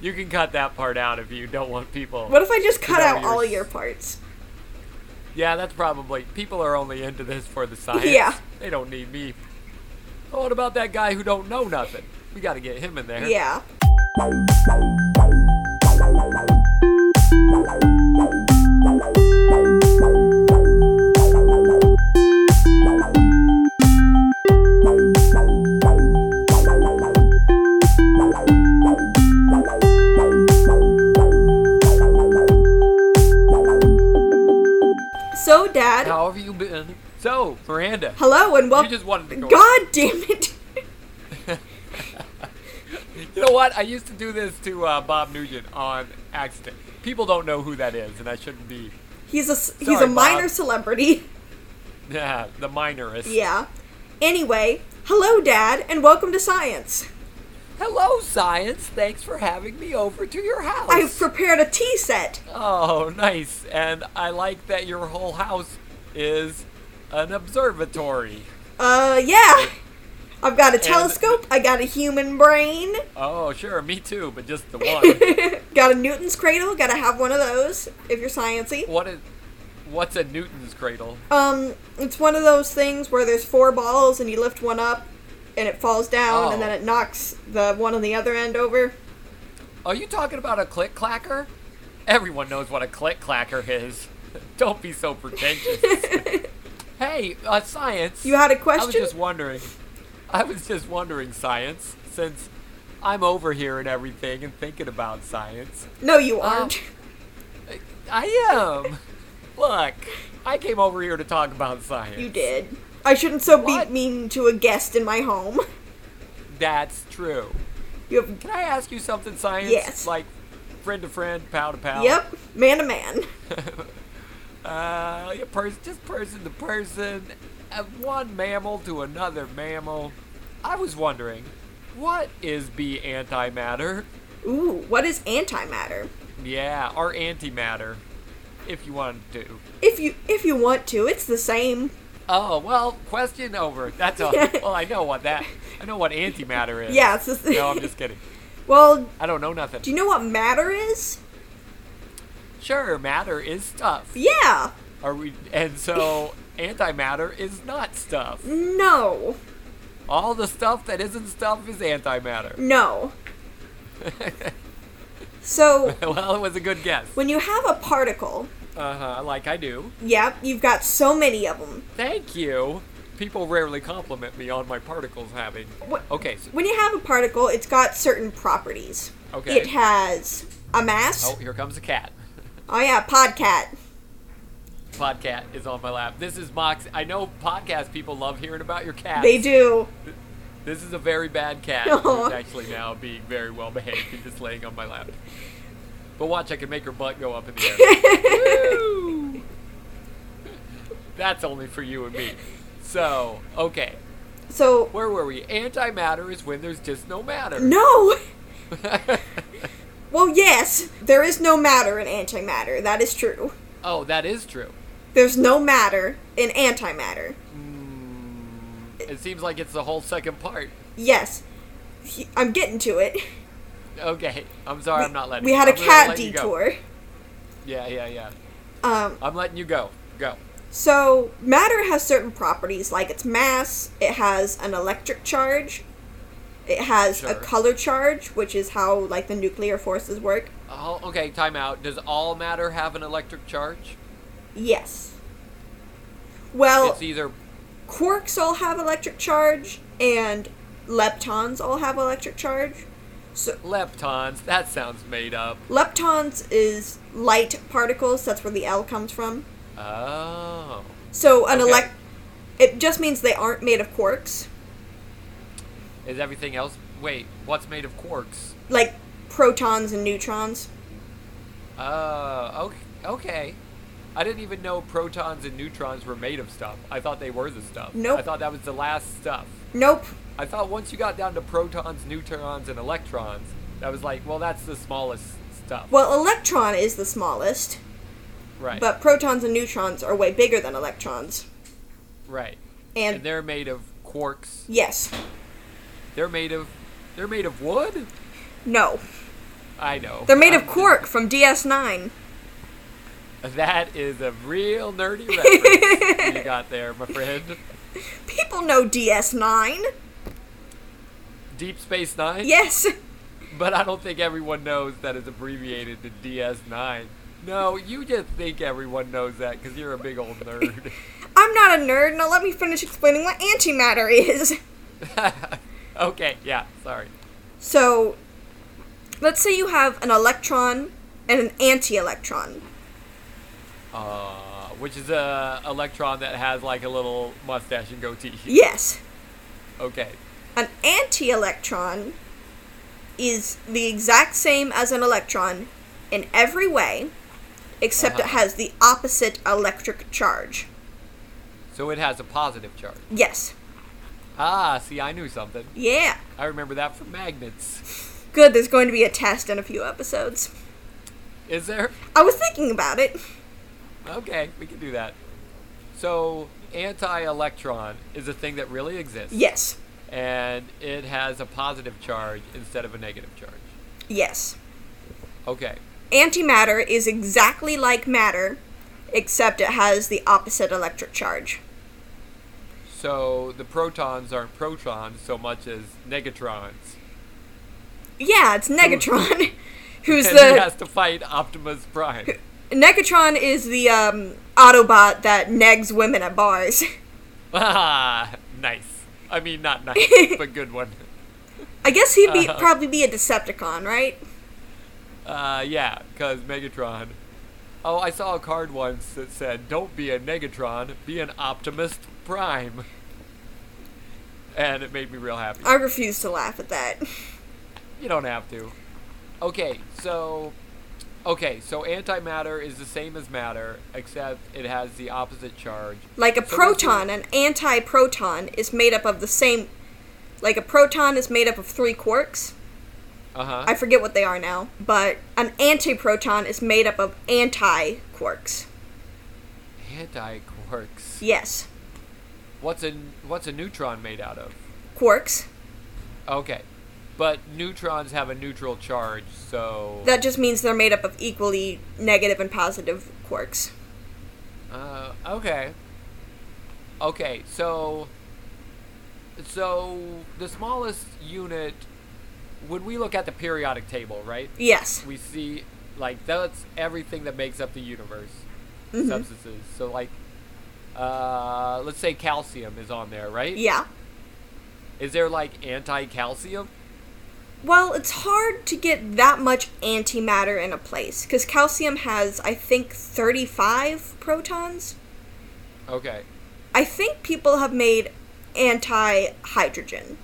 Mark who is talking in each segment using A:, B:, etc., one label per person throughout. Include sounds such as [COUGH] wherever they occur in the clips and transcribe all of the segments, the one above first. A: You can cut that part out if you don't want people.
B: What if I just cut
A: know
B: out
A: your
B: all of
A: s-
B: your parts?
A: Yeah, that's probably. People are only into this for the science.
B: Yeah.
A: They don't need me. Oh, what about that guy who don't know nothing? We got to get him in there.
B: Yeah. So, Dad.
A: How have you been? So, Miranda,
B: Hello and
A: you
B: welcome.
A: just wanted to go.
B: God damn it.
A: You know what? I used to do this to uh, Bob Nugent on accident. People don't know who that is, and I shouldn't be.
B: He's a s- he's
A: Sorry,
B: a minor
A: Bob.
B: celebrity. [LAUGHS]
A: Yeah, the minorist.
B: Yeah. Anyway, hello, Dad, and welcome to science.
A: Hello, science. Thanks for having me over to your house.
B: I've prepared a tea set.
A: Oh, nice. And I like that your whole house is an observatory.
B: Uh, yeah. I've got a telescope. I got a human brain.
A: Oh, sure, me too, but just the one.
B: [LAUGHS] got a Newton's cradle. Got to have one of those if you're sciency.
A: what is what's a Newton's cradle?
B: Um, it's one of those things where there's four balls and you lift one up, and it falls down, and
A: Oh.
B: then it knocks the one on the other end over.
A: Are you talking about a click clacker? Everyone knows what a click clacker is. [LAUGHS] Don't be so pretentious.
B: [LAUGHS]
A: hey, uh, science.
B: You had a
A: I was
B: question?
A: just wondering. I was just wondering, science, since I'm over here and everything and thinking about science.
B: No, you
A: Oh,
B: aren't.
A: I am. Look, I came over here to talk about science.
B: you did. I shouldn't so be
A: What?
B: mean to a guest in my home. [LAUGHS]
A: That's true.
B: You have.
A: Can I ask you something, science?
B: Yes.
A: Like, friend to friend, pal to pal.
B: Yep, man to man.
A: Uh, yeah, pers- just person to person, uh, one mammal to another mammal. I was wondering, what is B antimatter?
B: Ooh, what is antimatter?
A: Yeah, or antimatter, if you wanted to.
B: If you if you want to, it's the same.
A: Oh well, question over. That's
B: [LAUGHS]
A: all. well, I know what that. I know what antimatter is.
B: Yeah, it's the same.
A: No, I'm just kidding.
B: Well,
A: I don't know nothing.
B: do you know what matter is?
A: Sure, matter is stuff.
B: Yeah.
A: Are we? And so, antimatter is not stuff.
B: No.
A: All the stuff that isn't stuff is antimatter. [LAUGHS]
B: No.
A: [LAUGHS]
B: so
A: well, it was a good guess.
B: when you have a particle,
A: Uh huh. Like I do.
B: yep, you've got so many of them.
A: Thank you. People rarely compliment me on my particles having.
B: What-
A: Okay. So,
B: When you have a particle, it's got certain properties.
A: Okay.
B: It has a mass.
A: oh, here comes a cat. [LAUGHS]
B: Oh yeah, podcat.
A: Podcat is on my lap. This is Mox. I know podcast people love hearing about your cat.
B: They do. [LAUGHS]
A: This is a very bad cat.
B: Aw.
A: Who's actually now being very well behaved and just laying on my lap. But watch, I can make her butt go up in the air.
B: [LAUGHS]
A: Woo! That's only for you and me. So, okay.
B: So
A: Where were we? Antimatter is when there's just no matter.
B: no. Well, yes, there is no matter in antimatter. That is true.
A: [LAUGHS] oh, that is true.
B: There's no matter in antimatter.
A: Hmm, It seems like it's the whole second part.
B: Yes. He- I'm getting to it.
A: Okay, I'm sorry, I'm not letting.
B: We had
A: a
B: a cat detour.
A: Yeah, yeah, yeah.
B: Um,
A: I'm letting you go. Go.
B: so, matter has certain properties like its mass, it has an electric charge, it has a
A: Sure.
B: color charge, which is how like the nuclear forces work.
A: Oh, okay, time out. Does all matter have an electric charge?
B: Yes. Well,
A: It's either
B: quarks all have electric charge and leptons all have electric charge. So,
A: leptons. That sounds made up.
B: leptons is light particles, that's where the L comes from.
A: Oh.
B: So an
A: Okay.
B: elect, it just means they aren't made of quarks,
A: Is everything else? Wait, what's made of quarks?
B: like protons and neutrons.
A: Uh, okay. okay. I didn't even know protons and neutrons were made of stuff. I thought they were the stuff.
B: Nope.
A: I thought that was the last stuff.
B: Nope.
A: I thought once you got down to protons, neutrons, and electrons, that was like, well, that's the smallest stuff.
B: Well, electron is the smallest,
A: right.
B: but protons and neutrons are way bigger than electrons.
A: right.
B: And,
A: And they're made of quarks.
B: yes,
A: They're made of. They're made of wood.
B: no,
A: I know. Uh,
B: They're made of
A: I'm-
B: cork from DS9.
A: That is a real
B: [LAUGHS]
A: nerdy reference you got there, my friend.
B: People know DS9.
A: Deep Space Nine?
B: Yes.
A: But I don't think everyone knows that it's abbreviated to DS9. No, you just think everyone knows that because you're a big old nerd. [LAUGHS]
B: I'm not a nerd. Now let me finish explaining what antimatter is. [LAUGHS]
A: okay, yeah, sorry.
B: So, let's say you have an electron and an anti electron.
A: Uh, which is a electron that has like a little mustache and goatee. [LAUGHS]
B: Yes.
A: Okay.
B: An anti electron is the exact same as an electron in every way, except it
A: Uh-huh.
B: has the opposite electric charge.
A: So it has a positive charge.
B: Yes.
A: Ah, see, I knew something.
B: Yeah.
A: I remember that from magnets.
B: Good, there's going to be a test in a few episodes.
A: Is there?
B: I was thinking about it.
A: Okay, we can do that. So, anti electron is a thing that really exists.
B: Yes.
A: And it has a positive charge instead of a negative charge.
B: Yes.
A: Okay.
B: Antimatter is exactly like matter, except it has the opposite electric charge.
A: So, the protons aren't protons so much as negatrons.
B: Yeah, it's Negatron, [LAUGHS] who's
A: and he
B: the
A: has to fight Optimus Prime. [LAUGHS]
B: Negatron is the um, Autobot that negs women at bars. [LAUGHS]
A: ah, nice. I mean, not nice, but good one.
B: I guess he'd be
A: Uh-huh.
B: probably be a Decepticon, right?
A: Uh, yeah, because Megatron. Oh, I saw a card once that said, "Don't be a Negatron, be an Optimus Prime," and it made me real happy.
B: I refuse to laugh at that. [LAUGHS]
A: You don't have to. Okay, so, okay, so antimatter is the same as matter, except it has the opposite charge.
B: Like
A: So
B: a
A: what's your-
B: proton, an anti-proton is made up of the same. Like a proton is made up of three quarks.
A: Uh huh.
B: I forget what they are now, but an antiproton is made up of anti-quarks.
A: Anti quarks.
B: Yes,
A: What's a what's a neutron made out of?
B: quarks.
A: Okay, but neutrons have a neutral charge, so.
B: That just means they're made up of equally negative and positive quarks.
A: Uh, okay. Okay, so so the smallest unit when we look at the periodic table, right?
B: Yes.
A: We see like that's everything that makes up the universe.
B: Mhm.
A: Substances. So like uh let's say calcium is on there, right?
B: Yeah.
A: Is there like anti-calcium?
B: Well, it's hard to get that much antimatter in a place because calcium has, I think, 35 protons.
A: Okay.
B: I think people have made anti hydrogen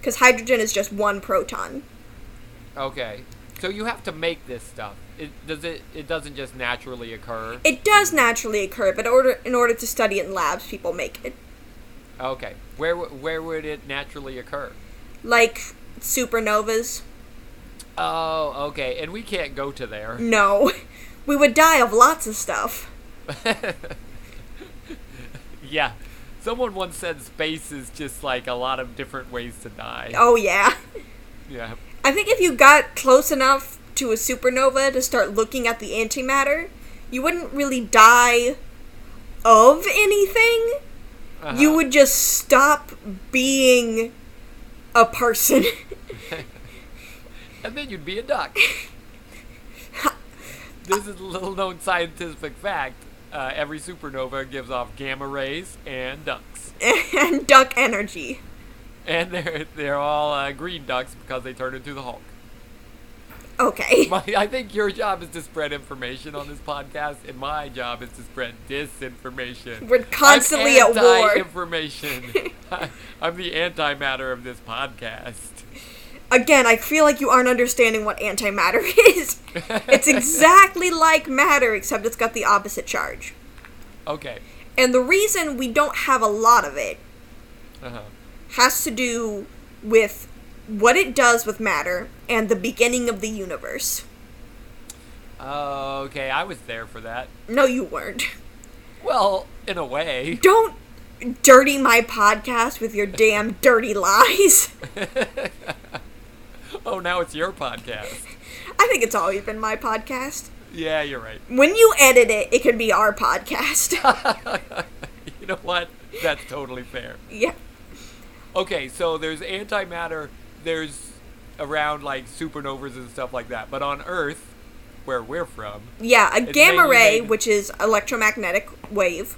B: because hydrogen is just one proton.
A: Okay. So you have to make this stuff. It does it it doesn't just naturally occur.
B: It does naturally occur, but order, in order to study it in labs, people make it.
A: Okay. Where w- where would it naturally occur?
B: Like supernovas?
A: Oh, okay. And we can't go to there.
B: No. [LAUGHS] We would die of lots of stuff. Mm.
A: [LAUGHS] yeah. Someone once said space is just like a lot of different ways to die.
B: Oh, yeah.
A: Yeah. [LAUGHS]
B: I think if you got close enough to a supernova to start looking at the antimatter, you wouldn't really die of anything. You
A: Uh-huh.
B: would just stop being a person. [LAUGHS]
A: [LAUGHS] And then you'd be a duck. this is a little known scientific fact. Uh, every supernova gives off gamma rays and ducks.
B: and duck energy.
A: And they're, they're all uh, green ducks because they turn into the Hulk.
B: Okay.
A: My, I think your job is to spread information on this podcast, and my job is to spread disinformation.
B: We're constantly at
A: I'm
B: war.
A: Information. [LAUGHS] I'm the antimatter of this podcast.
B: Again, I feel like you aren't understanding what antimatter [LAUGHS] is. it's exactly like matter, except it's got the opposite charge.
A: Okay.
B: And the reason we don't have a lot of it
A: Uh-huh.
B: has to do with what it does with matter and the beginning of the universe.
A: okay, I was there for that.
B: No, you weren't. [LAUGHS]
A: Well, in a way. [LAUGHS]
B: Don't dirty my podcast with your damn dirty lies. [LAUGHS]
A: oh, now it's your podcast.
B: I think it's always been my podcast.
A: Yeah, you're right. [LAUGHS]
B: When you edit it, it could be our podcast. [LAUGHS]
A: you know what? That's totally fair.
B: yeah.
A: Okay, so there's antimatter, there's around like supernovas and stuff like that. But on Earth, where we're from,
B: Yeah, a
A: It's
B: gamma
A: mainly
B: ray,
A: made-
B: which is electromagnetic wave,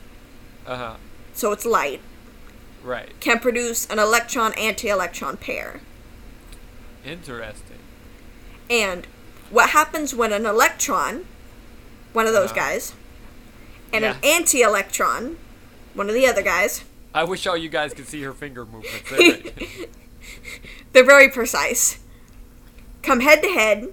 A: uh huh,
B: so it's light,
A: right.
B: can produce an electron anti-electron pair.
A: Interesting.
B: And what happens when an electron, one of those
A: Uh,
B: guys, and an
A: yeah.
B: anti-electron, one of the other guys,
A: I wish all you guys could see her finger movements.
B: [LAUGHS]
A: They're right.
B: they're very precise. Come head to head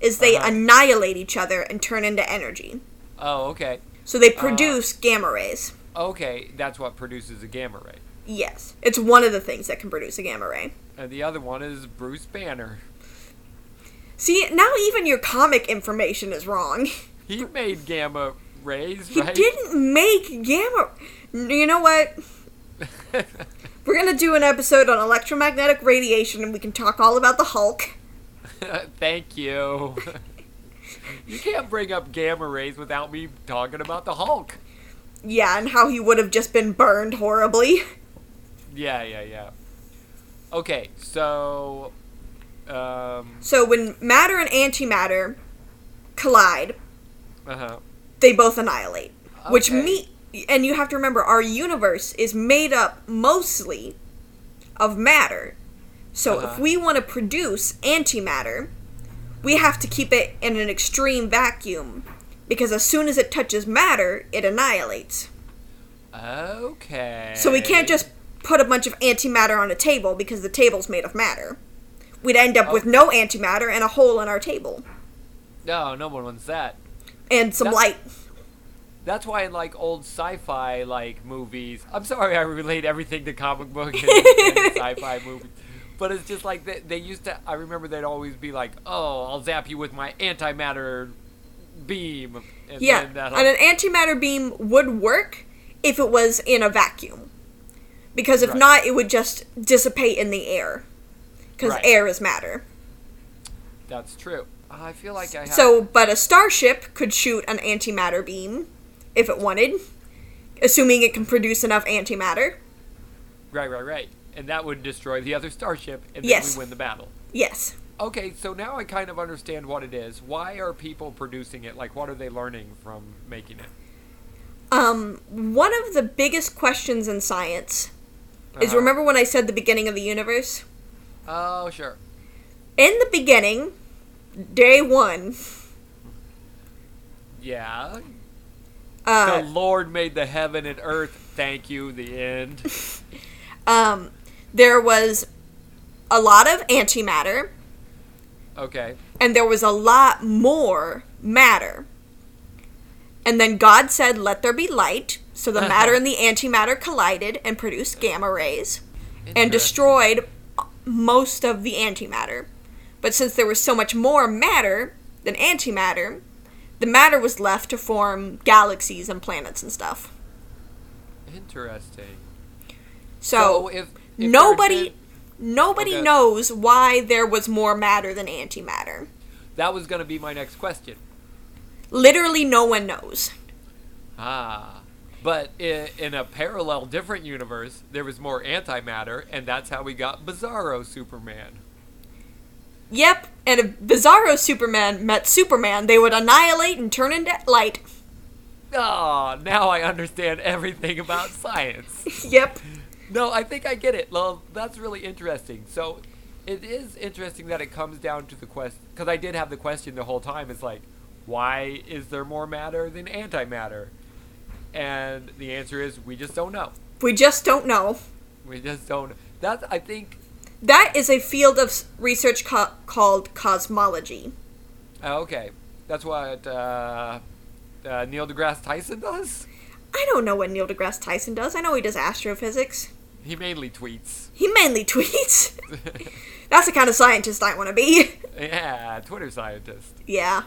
B: is they
A: Uh-huh.
B: annihilate each other and turn into energy.
A: oh, okay.
B: So they produce gamma rays.
A: Okay, that's what produces a gamma ray.
B: Yes. It's one of the things that can produce a gamma ray.
A: And the other one is Bruce Banner.
B: See, now even your comic information is wrong. [LAUGHS]
A: He made gamma rays,
B: He
A: right?
B: didn't make gamma. You know what? We're gonna do an episode on electromagnetic radiation, and we can talk all about the Hulk.
A: [LAUGHS] Thank you. [LAUGHS] you can't bring up gamma rays without me talking about the Hulk.
B: Yeah, and how he would have just been burned horribly.
A: Yeah, yeah, yeah. Okay, so um
B: So when matter and antimatter collide,
A: uh-huh.
B: they both annihilate. Which
A: Okay.
B: me and you have to remember our universe is made up mostly of matter. So if
A: Uh-huh.
B: we want to produce antimatter, we have to keep it in an extreme vacuum because as soon as it touches matter, it annihilates.
A: Okay.
B: So we can't just put a bunch of antimatter on a table because the table's made of matter. We'd end up with
A: Okay.
B: no antimatter and a hole in our table
A: No, no one wants that.
B: and some
A: That-
B: light.
A: That's why in like old sci-fi like movies. I'm sorry, I relate everything to comic book and, and
B: [LAUGHS]
A: sci-fi movies, but it's just like they, they used to. I remember they'd always be like, "Oh, I'll zap you with my antimatter beam." And
B: Yeah,
A: then
B: and
A: that'll-
B: an antimatter beam would work if it was in a vacuum. Because if
A: Right.
B: not, it would just dissipate in the air. Because
A: Right.
B: air is matter.
A: that's true. I feel like I have.
B: So, but a starship could shoot an antimatter beam if it wanted, assuming it can produce enough antimatter.
A: right, right, right, and that would destroy the other starship, and then
B: Yes.
A: we win the battle.
B: Yes.
A: Okay, so now I kind of understand what it is. Why are people producing it? Like, what are they learning from making it?
B: Um, one of the biggest questions in science is
A: Uh-huh.
B: remember when I said the beginning of the universe?
A: Oh, sure.
B: In the beginning, day one,
A: Yeah,
B: uh,
A: The Lord made the heaven and earth. Thank you. The end.
B: um, there was a lot of antimatter
A: Okay.
B: and there was a lot more matter. And then God said, Let there be light. So the matter and the antimatter collided and produced gamma rays and destroyed most of the antimatter. But since there was so much more matter than antimatter, the matter was left to form galaxies and planets and stuff.
A: Interesting.
B: So,
A: if, if there
B: nobody
A: had been-
B: nobody
A: Okay.
B: knows why there was more matter than antimatter.
A: that was going to be my next question.
B: Literally no one knows.
A: Ah. But in, in a parallel, different universe, there was more antimatter, and that's how we got Bizarro Superman.
B: Yep, and if Bizarro Superman met Superman, they would annihilate and turn into light. [LAUGHS]
A: Ah, now I understand everything about science.
B: yep.
A: No, I think I get it. Well, that's really interesting. So, it is interesting that it comes down to the question because I did have the question the whole time. It's like, why is there more matter than antimatter? And the answer is we just don't know.
B: We just don't know.
A: We just don't. That's I think.
B: That is a field of s- research co- called cosmology.
A: Uh, okay, that's what uh, uh, Neil deGrasse Tyson does.
B: I don't know what Neil deGrasse Tyson does. I know he does astrophysics.
A: He mainly tweets. [LAUGHS]
B: He mainly [LAUGHS] tweets. That's the kind of scientist I want to be. [LAUGHS]
A: yeah, Twitter scientist. [LAUGHS]
B: yeah.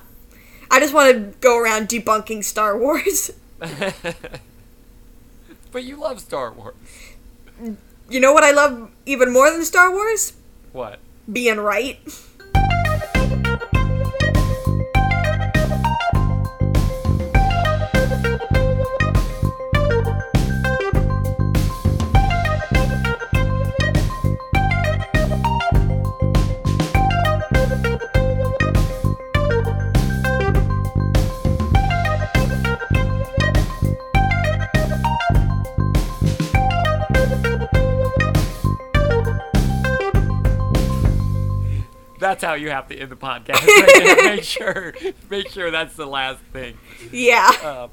B: I just want to go around debunking Star Wars. [LAUGHS]
A: but you love Star Wars.
B: You know what I love even more than Star Wars?
A: What?
B: Being right.
A: That's how you have to end the podcast. Right there. make sure, make sure that's the last thing.
B: [LAUGHS] Yeah.
A: Um,